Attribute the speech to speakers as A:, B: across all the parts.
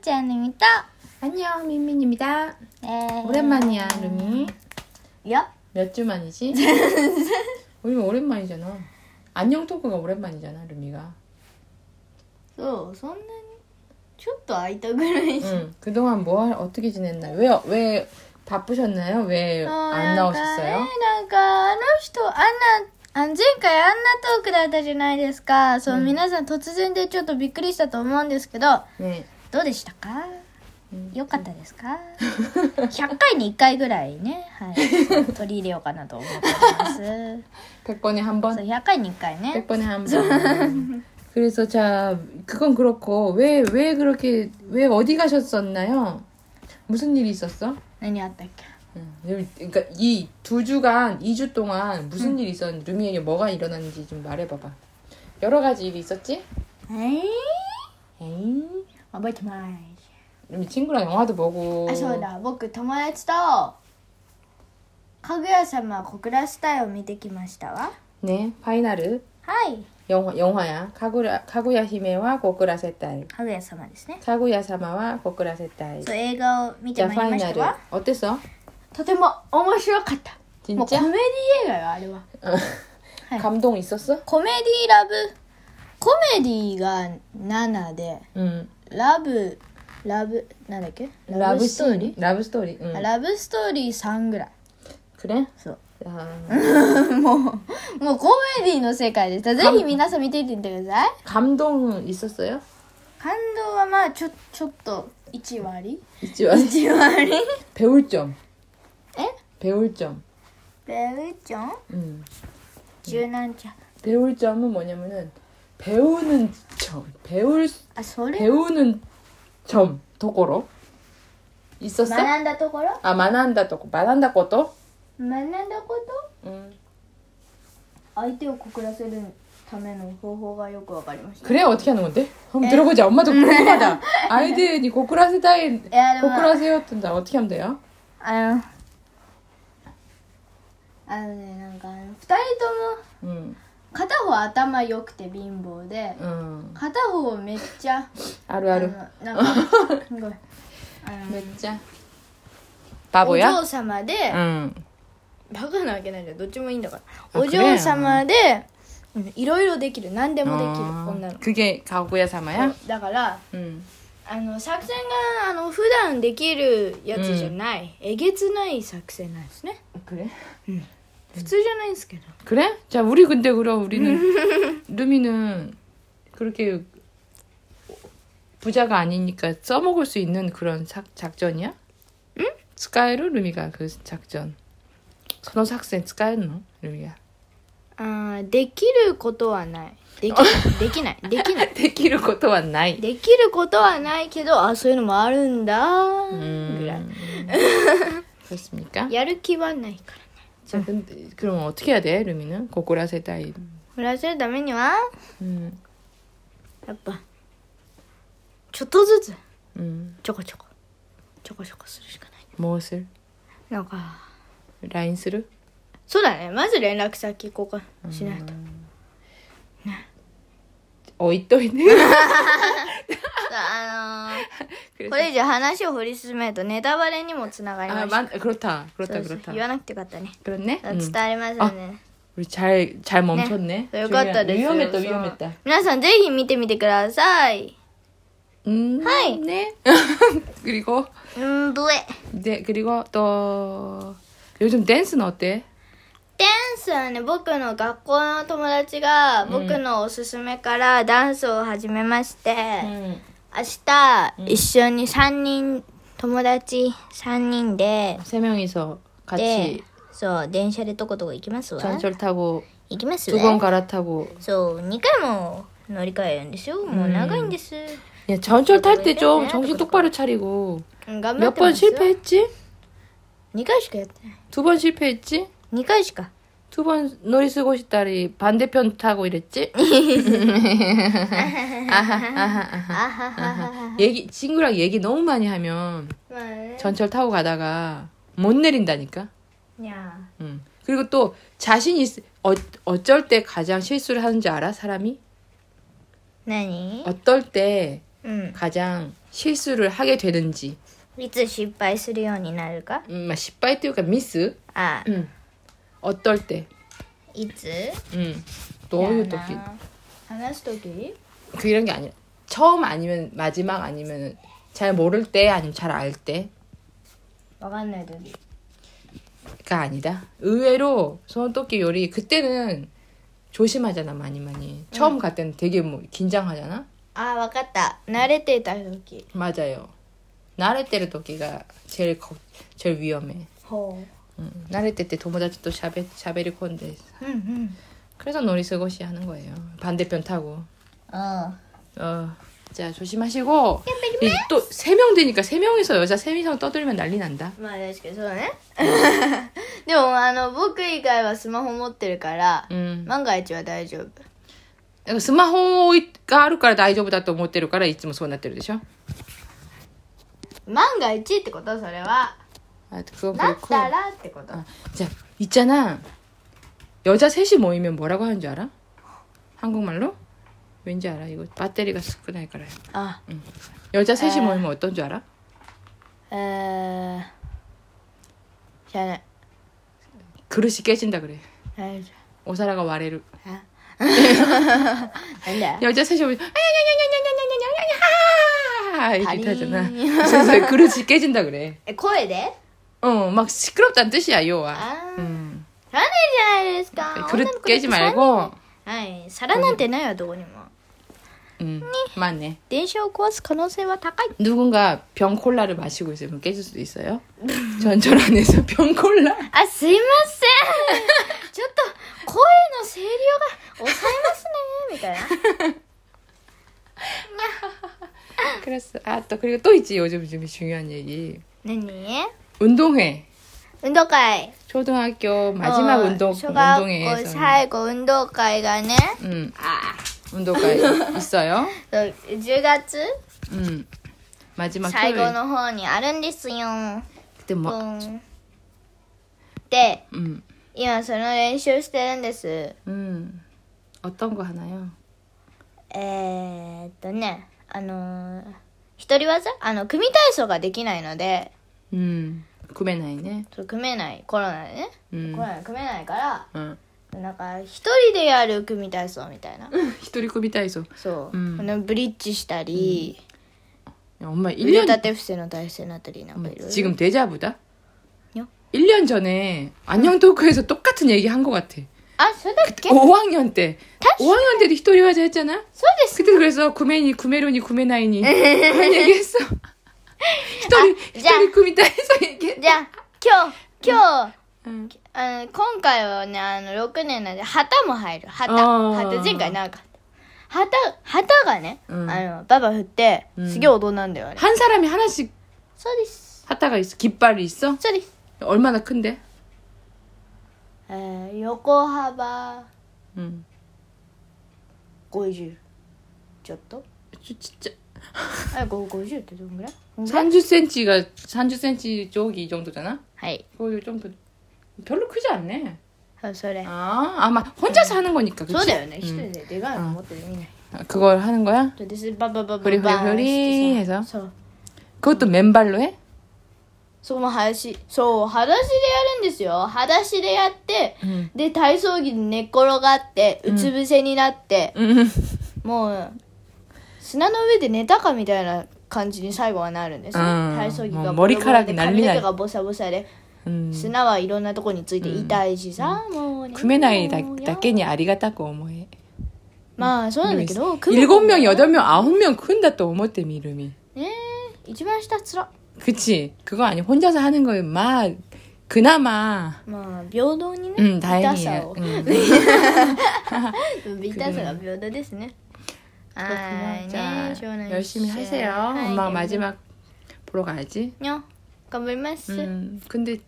A: 짠짠입니다.
B: 안녕 민민입니다.
A: 네.
B: 오랜만이야 루미.
A: 야?
B: 몇 주 만이지? 우리 오랜만이잖아. 안녕 토크가 오랜만이잖아 루미가.
A: 그 손은 쭉도 아이다 그러지.
B: 응. 그동안 뭐 하- 어떻게 지냈나요? 왜 왜 바쁘셨나요? 왜
A: 어,
B: 안 나오셨어요?
A: なんか、あの人、あんな、あ前回あんなトークだったじゃないですか。そう、皆さん突然でちょっとびっくりしたと思うんですけど、
B: 네.
A: どうでしたか
B: うん
A: よかったですか ?100 回に1回ぐらいね、 はい、取り入れようかなと思っております。
B: 100번에
A: そう
B: 한 번.
A: 100回に1回ね。
B: 100번에 한 번. 그래서 자 그건 그렇고 왜 왜 그렇게 왜 어디 가셨었나요? 무슨 일이 있었어?
A: 何あったっけ
B: 응. 그러니까 이 두 주간, 이 주 동안 무슨 일이 있었는지, 루미에게 뭐가 일어났는지 좀 말해봐봐. 여러 가지 일이 있었지?
A: えい
B: 에잉?
A: 覚えてます
B: 루미 친구랑 영화도 보고.
A: あそうだ僕友達と「かぐや様小倉スタイ」を見てきましたわ
B: 네, 파이나르.
A: はい
B: 영화, 영화야. 카구라, 카구야 히메와 고쿠라세 딸.
A: かぐや様ですね
B: 카구야 사마와 고쿠라세 딸.
A: そう映画を見て
B: 자,
A: まいりました
B: 파이나르.
A: わ
B: 어땠어?
A: とても面白かったもうコ
B: 진짜?
A: メディ映画よあれは 네.
B: 감동 있었어?
A: コメディラブコメディが7で
B: 응.
A: ラブラブなんだっけ
B: 러브 스토리? 러브 스토리. 응.
A: あラブストーリー3ぐらい
B: 그래?
A: そう
B: 아,
A: もうもうコメディの世界でしたぜひ皆さん見ていってみてください
B: 감동 있었어요?
A: 感動はまあちょちょっと1割
B: 있지 마.
A: 1割
B: 배울 점.
A: 에?
B: 배울 점.
A: ベウちゃん
B: 음.
A: 柔軟ちゃん
B: 배울 점은 뭐냐면은 배우는 점, 배울
A: あそれ
B: 배우는 점 도고로 있었어?
A: 学んだところ
B: 아 만한다 도고 만한다 것도.
A: 学んだこと
B: 음.
A: 相手を告らせるための方法がよくわかりました
B: 그래 어떻게 하는 건데? 한번 들어보자. 엄마도 궁금하다. 아이들이 고쿠라세다이
A: 야, 이놈아.
B: 고쿠라세였던다 어떻게 하면 돼요?
A: あのあのねなんかあの2人とも
B: 음,
A: 片方頭良くて貧乏で
B: 음,
A: 片方めっちゃあの
B: 아루아루.
A: なんかすごいあの
B: 몇자?
A: お
B: 바보야?
A: 嬢様で、
B: 응.
A: バカなわけないじゃんどっちもいいんだから
B: あ
A: お嬢様でうんいろいろできる何でもできる
B: 어,
A: 女の
B: 그게 가구야 사마야? 음.
A: 子だから
B: 응.
A: あの作戦があの普段できるやつじゃない、えげつない作戦なんですね
B: 그래?
A: 普通じゃないんですけど
B: 그래? 자, 우리 근데 그럼 우리는 루미는 그렇게 부자가 아니니까 써먹을 수 있는 그런 작, 작전이야? 응? 스카이로 루미가 그 작전. 선호 작전 스카이노 루미가.
A: あーできることはないできできないできない
B: 데키를 것도 왔나이.
A: できることはないけどあそういうのもあるんだ
B: 음. 그렇습니까?
A: やる気はないから
B: 자, 근데 그럼 어떻게 해야 돼, 루미는? 고고라 세다이.
A: 振らせるためには
B: 음.
A: やっぱちょっとずつ
B: 음.
A: ちょこちょこちょこちょこするしかない
B: 무엇을?
A: なんか
B: 라인스를?
A: そうだねまず連絡先交換しないと、
B: 어이 또 있네.
A: あのー
B: 그래서-
A: これ以上話を掘り進めるとネタバレにもつながりま
B: 아,
A: す
B: 만, 그렇다.
A: そ
B: 그렇다,
A: うそう
B: 그렇다.
A: 言わなくてよかったね
B: 그렇네.
A: 伝
B: 음.
A: わりますよね
B: 우리 잘, 잘 멈췄네.
A: よかったですよ
B: 위험했다,
A: そう
B: 위험했다.
A: 皆さんぜひ見てみてください
B: 음,
A: 하이.
B: 네. 그리고,
A: うんぶえ
B: 네, 그리고 또, 요즘 댄스는 어때?
A: ダンスはね僕の学校の友達が僕のおすすめからダンスを始めまして、
B: 음.
A: 明日、一緒に3人友達3人で
B: 세 명이서
A: で
B: 같이
A: そう電車でとことこ行きますわ
B: 전철 타고,
A: 行きますわ
B: 두 번 갈아타고.
A: そう2回も乗り換えるんですよもう長いんです、
B: 야, 전철 탈 때 좀
A: 네,
B: 정신
A: 그것도-
B: 똑바로 차리고.
A: うん、頑張
B: 몇
A: ってま
B: 번
A: す
B: 실패했지?
A: 2回しかやってない
B: 두 번 실패했지?
A: 2回しか
B: 두 번 놀이 쓰고 싶다리 반대편 타고 이랬지? 아하, 아하, 아하.
A: あははは
B: 얘기, 친구랑 얘기 너무 많이 하면
A: まあね
B: 전철 타고 가다가 못 내린다니까.
A: にゃ
B: 음. 그리고 또 자신 있 어, 어쩔 때 가장 실수를 하는지 알아? 사람이
A: 何
B: 어떨 때
A: うん。
B: 가장 실수를 하게 되는지
A: いつ失敗するようになるか
B: 음, 막失敗というか미스
A: あ、
B: 음. 어떨 때
A: いつ
B: 음. 너무 또
A: いやな話すとき
B: 그 이런 게 아니야. 처음 아니면 마지막 아니면 잘 모를 때 아니면 잘 알 때가
A: わかんないとき。
B: 아니다. 의외로 손토끼 요리 그때는 조심하잖아 많이 많이. 처음 갈 때는 되게 뭐 긴장하잖아.
A: あ、わかった。慣れていたとき。
B: 맞아요. 나를 때를 토끼가 제일 거, 제일 위험해.
A: ほ
B: 응. 나를 때때 도모다치 또 샤베 샤베리 콘데.
A: う。うんうん。
B: 그래서 놀이스고시 하는 거예요. 반대편 타고.
A: あ
B: 어. 자 조심하시고 또 세 명 되니까 세 명이서 여자 세 명이서 떠들면 난리 난다.
A: まあ確かにそうだね。 でもあの僕以外はスマホ持ってるから、
B: 음.
A: 万が一は大丈夫。
B: なんかスマホがあるから大丈夫だと思ってるからいつもそうなってるでしょ
A: 万が一ってことそれは。
B: 아, 그거
A: なっ
B: 그렇고
A: たらってこと。
B: 아, 자, 있잖아 여자 셋이 모이면 뭐라고 하는 줄 알아? 한국말로? 왠지 알아 이거 배터리가少ないから
A: あ、
B: 여자 셋이 모이면 어떤 줄 알아?
A: えー、知らない。
B: 그릇이 깨진다 그래
A: 大丈
B: 오사라가 와래를
A: 夫。あなんだよ
B: 여자 셋이 모이면 "아, 아야야야야야야야야야야 이렇게 하잖아
A: 다리.
B: 그래서 그릇이 깨진다 그래
A: え、声で
B: 어막 시끄럽다는 뜻이야 요와
A: あー、
B: 음.
A: 知らないじゃないですか。
B: 그릇 깨지 말고
A: はい、皿なんてないわ、どこにも。
B: 음, 맞네.
A: 電車を壊す可能性は高い。
B: 누군가 병 콜라를 마시고 있으면 깨질 수도 있어요. 전철 안에서 병 콜라.
A: あ、すいません。ちょっと、声の声量が抑えますね、みたいな。
B: 그랬어. 아, 또 그리고 또 있지. 요즘 좀 중요한 얘기.
A: 何
B: 운동회.
A: 運動会。
B: 초등학교 마지막
A: うん
B: 운동
A: 小学校
B: 운동회에서
A: 最後運動会がね、
B: 음,
A: あ
B: 운동회 있어요.
A: そう10月
B: 음. 마지막
A: 最
B: 토요일.
A: 後の方にあるんですよ。
B: 그때
A: う
B: 뭐
A: ん、で、
B: 음.
A: 今その練習してるんです。
B: 음. 어떤 거 하나요?
A: えー、っとね、あのー一人技あの、組体操ができないので、
B: 음. 구매나이네.
A: そう組めない、コロナでね。
B: 음.
A: コロナで組めないから、
B: 어.
A: なんか一人でやる組体操みたいな
B: 히토리코 미타이소.
A: そう、
B: うん
A: あのブリッジしたり、
B: 엄마
A: 腕
B: 1년
A: 立て伏せの体勢になったりなんか
B: 어머,
A: いろいろ
B: 지금 대자부다?
A: 요?
B: 1년 전에 안녕 토크에서 똑같은 얘기 한 것 같아.
A: あそれだっけ
B: 5학년 때.
A: 다시?
B: 5학년 때도 히토리와자 했잖아?
A: そうです
B: 그때 그래서 구매니, 구매로니, 구매나이니. 그런 얘기 했어. 히토리,
A: 자.
B: 히토리 구미다 해서 얘기해.
A: じゃあ今日今日
B: 응.
A: あの今回はねあの6年なんで旗も入る旗
B: あー
A: 旗前回なんか旗旗がね、
B: うん
A: あのババ振って、すげえ踊なんだよあれ
B: 한 사람이 하나씩
A: そうです
B: 하다가 있어. 깃발이 있어?
A: そうです、
B: 얼마나 큰데?
A: えー、横幅
B: 응.
A: 50ちょっと
B: 저- 진짜.
A: あご50ってどんぐらいこんぐらい
B: 30cm가, 30cm 쪽이 이 정도잖아?
A: はい
B: 그거이 정도. 별로 크지 않네.
A: あそれ
B: 아, 아마 혼자서 하는 거니까. 그치?
A: そうだよね、一
B: うん
A: 人ででかいの持ってるみんない
B: 아, 그걸 하는 거야?
A: そうですバンバンバン
B: フ
A: バ
B: リ
A: ン
B: フリ
A: バン
B: フリ
A: してさ
B: 해서
A: そう
B: 그것도 맨발로 해?
A: そこも裸足そう裸足でやるんですよ裸足でやって、
B: ん
A: で体操着に寝っ転がってうつ伏せになって、
B: 응.
A: もう砂の上で寝たかみたいな感じに最後はなるんですね、
B: うん
A: 体操着
B: も
A: が
B: う
A: ボロボロ
B: 머리카락이
A: で
B: 날리나
A: 髪の毛がボサボサで
B: 음.
A: 砂はいろんなとこについて痛いしさ、もうね
B: 구매나이 다,
A: もうや
B: 다깨니 아리가 따고 뭐 어머해.
A: まあそうなんだけど
B: 네. 일곱
A: 組む
B: 명, 여덟 명, 아홉 명 큰다 또 어머 때문에 이름이.
A: ねえ一番下つら
B: 그치? 그거 아니 혼자서 하는 거에 막 그나마
A: まあ平等にね、
B: 음
A: 痛さ
B: 다행이야.
A: を、
B: 음.
A: 痛さが平等ですねはいね
B: 그렇구나. 자,
A: 将来
B: 열심히
A: 一緒
B: 하세요.
A: はい
B: 네. 엄마 마지막 보러 가야지.
A: にょ頑張ります、
B: 음. 근데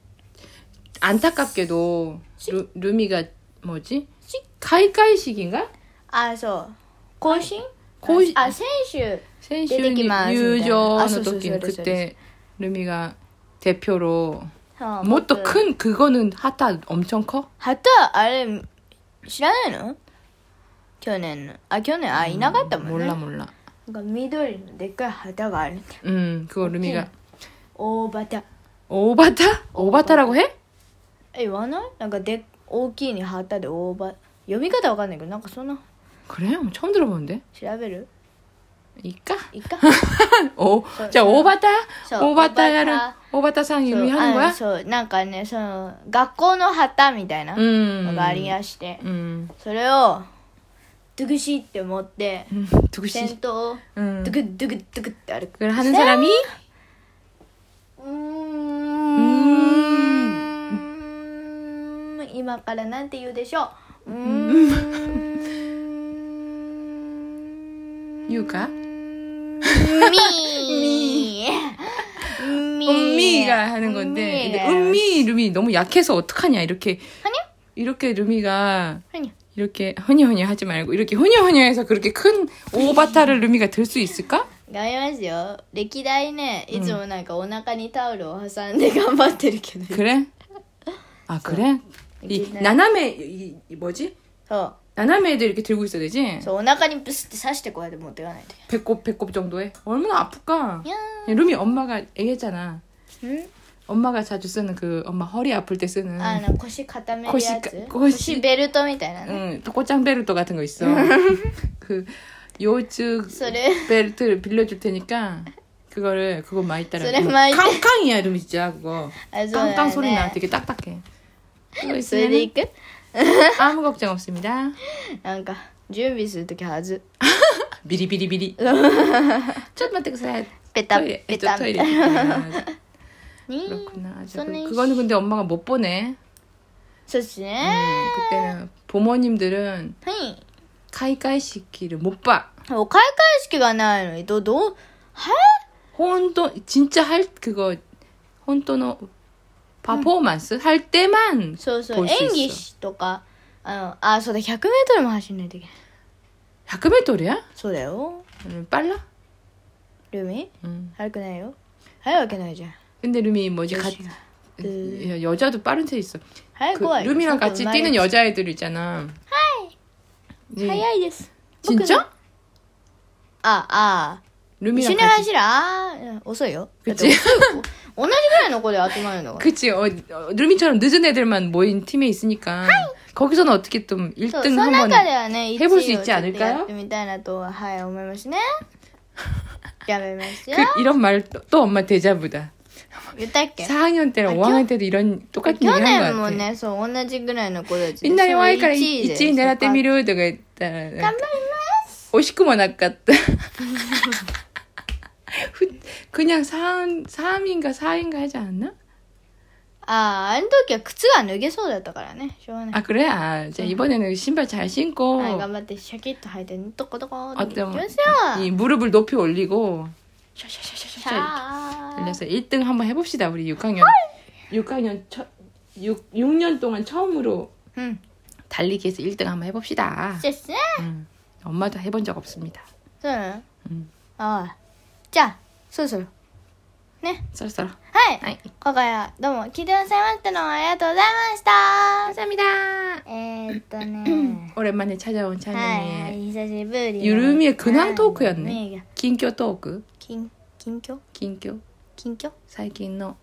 B: 안타깝게도 루, 루미가 뭐지?
A: 씩.
B: 가이가이식인가?
A: あそう更新、
B: 更新
A: あ選手
B: 센슈
A: 내리기만 하시면 돼요. 아, 쏘,
B: 유저의
A: 쏘, 쏘,
B: 도끼
A: 쏘, 어, 쏘,
B: 그때 루미가 대표로
A: そう
B: 뭐
A: 僕
B: 또 큰 그거는 하타 엄청 커?
A: 旗あれ知らないの去年のあ去年あいなかったもんね
B: 몰라 몰라.
A: なんか緑のでっかい旗があるんだよ
B: 음, 그거 루미가 어,
A: 大旗
B: 오바타? 오바타라고 해?
A: え言わないなんかで大きいに旗で大旗読み方わかんないけどなんかそんな
B: 그래? 처음 들어보는데.
A: 調べる
B: 이까?
A: いっか
B: 오,
A: 저-
B: 자 오바타?
A: 저
B: 오바타야를 아,
A: 오바타.
B: 오바타상 유미
A: そう
B: 하는
A: あ
B: 거야?
A: そうなんかねその学校の旗みたいなの
B: 음,
A: がありやして、
B: 음,
A: それをドゥクシって持って
B: 음,
A: 先
B: 두구씨.
A: 頭を
B: 음,
A: ドゥクドゥクドゥクって歩く
B: 그걸 하는 사람이
A: うーん今からなんて言うでしょううーん
B: 유가.
A: みーみ
B: 은미가 하는 건데 근데 은미 룸이 너무 약해서 어떡하냐 이렇게
A: 아니요.
B: 이렇게 룸이가
A: 아니요.
B: 이렇게 허니허니 하지 말고 이렇게 허니허니해서 그렇게 큰 오바타를 룸이가 들 수 있을까?
A: 頑張りますよ歴代ねいつもなんかお腹にタオルを挟んで頑張ってるけ ど
B: 그래? 아 그래? 이
A: 이제는-
B: 나남의 이, 이 뭐지?
A: そ
B: 나남의 애들 이렇게 들고 있어야 되지?
A: うそうお腹にブスって刺してこうやって持っていかないと
B: 배꼽 배꼽 정도에 얼마나 아플까?
A: いや
B: 룸이 엄마가 얘기했잖아.
A: ーん
B: 엄마가 자주 쓰는 그 엄마 허리 아플 네. 때 쓰는
A: あの腰固めるやつ
B: 腰か腰
A: 腰ベルトみたいなね
B: 응, 꽃장 베르토 같은 거 있어. 그 요즈
A: それ
B: 벨트를 빌려줄 테니까 그거를 그거 많이 네. 따라.
A: 소리 많이 따라.
B: 깡깡이야 이름이 진짜 그거.
A: あそうだよ
B: 깡깡
A: ね
B: 소리 나 되게 딱딱해. 그거
A: それで
B: 있으면
A: いく
B: 아무 걱정 없습니다.
A: なんか準備するときはず
B: 미리 미리 미리. 좀만 뜨거워요.
A: ペタン
B: 토이레.
A: ペ
B: 이쪽
A: タン
B: 토이레. 있구나.
A: に
B: 그렇구나. 아주
A: 손에
B: 그- 그거는 근데 엄마가 못 보네.
A: そうっす
B: 음,
A: ね
B: 그때는 부모님들은
A: はい
B: 카이카이 시키를 못 봐.
A: お開会式がないのにどどう
B: 혼돈 진짜 할 그거 혼돈어 퍼포먼스 할 때만
A: そうそ
B: こ
A: う
B: うして
A: 演
B: っす
A: 技しとかあのあそうだ 100m も走んないといけない
B: 100m야?
A: そうだよ
B: 빨라?
A: ルミ
B: 응.
A: 速くないよ速いわけないじゃん
B: 근데 룸이 뭐지 가,
A: 女子が 그-
B: 여- 여자도 빠른 새 있어.
A: 速
B: 그
A: くは
B: 룸이랑 같이
A: ちょっと
B: 뛰는
A: 生まれ
B: 여자애들 있잖아. 하이. 뭐
A: 速いです僕の
B: 진짜?
A: ああ
B: 룸이랑
A: 一緒に
B: 같이.
A: 走るあー遅いよだって
B: 그치?
A: 同じぐらいの子で集まるのが
B: 그치. 어, 어, 룸이처럼 늦은 애들만 모인 팀에 있으니까. 거기서는 어떻게 좀
A: そう
B: 1등
A: その
B: 한
A: 中で
B: 번
A: はね、一位
B: 해볼수있지
A: をちょっと
B: 않을까요
A: やってみたいなとは、はい、思います ね。やめますよ。
B: 그, 이런 말 또 엄마 대자부다.
A: 言ったっけ
B: 4학년 때랑 5학년 때도 이런 똑같은
A: 去
B: 얘기 한거
A: 年も
B: 같아.
A: ね、そう、同じぐらいの子たちで。
B: みんな弱いから
A: そう一
B: 1, 位狙ってみるとか言ったら、
A: 頑張ります。
B: 惜しくもなか った。ふ그냥3, 3인가 4인가 하지 않았나?
A: ああ、あの時は靴が脱げそうだったからね、しょうがない。
B: 아 그래? 아, 자, 이번에는 신발 잘
A: はい、
B: 신고
A: 頑張ってシャキッと履いて、どこどこって
B: 어때?
A: 行きます
B: 이
A: よ。
B: 무릎을 높이 올리고
A: シャー。
B: 그래서 1등 한번 해봅시다 우리 6학년 6학년 첫 6, 6년 동안 처음으로
A: うん。
B: 달리기에서 1등 한번 해봅시다
A: じゃあね。
B: 음, 엄마도 해본 적 없습니다
A: そうなの
B: うん
A: ああ。じゃあ、そろそろ。ね。
B: 썰썰
A: はい。
B: 아이,
A: 今回はどうも聞いてくださいましたのありがとうございました。
B: 감사합니다 。
A: えー、っとね
B: 오랜만에 찾아온 아,
A: はい、はい
B: 찬영의 、
A: 久しぶりの。
B: ゆるみえ苦難トークやんね
A: はいね
B: 近況トーク
A: 近近況
B: 近況
A: 近況
B: 最近の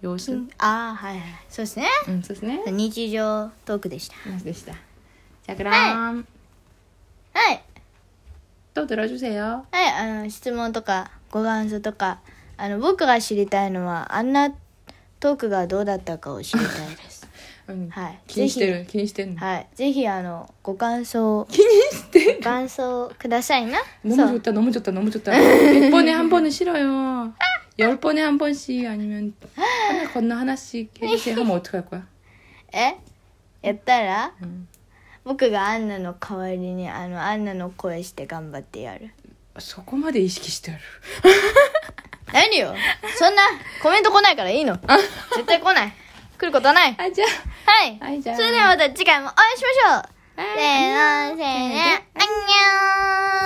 B: 様子、
A: 近ああ、はいはい。そうですね。
B: うん、そうですね。
A: 日常トークでした。
B: でした。じゃあ、グラーン、
A: はい。
B: と들어주세요。
A: はい、あの、質問とか、ご感想とか、あの、僕が知りたいのは、あんなトークがどうだったかを知りたい です。
B: うん、
A: はい。
B: 気にしてる、気にしてる
A: ぜ
B: の
A: ひ。。はい。ぜひ、あの、ご感想。気にして。ご感想くださいな。
B: 너무 좋다, 너무 좋다, 너무 좋다. 100번에 한 번은 싫어요. 10번에 한 번씩 아니면 하나 건너 하나씩 해주세요 하면 어떡할 거야? 음.
A: えやったら、
B: ん
A: 僕がアンナの代わりにあのアンナの声して頑張ってやる
B: そこまで意識してやる.
A: 何よそんなコメント来ないからいいの絶対来ない来ることない
B: 아, 자.
A: はい、
B: はいじゃあ
A: それではまた次回もお会いしましょうせーのせーのあんにゃー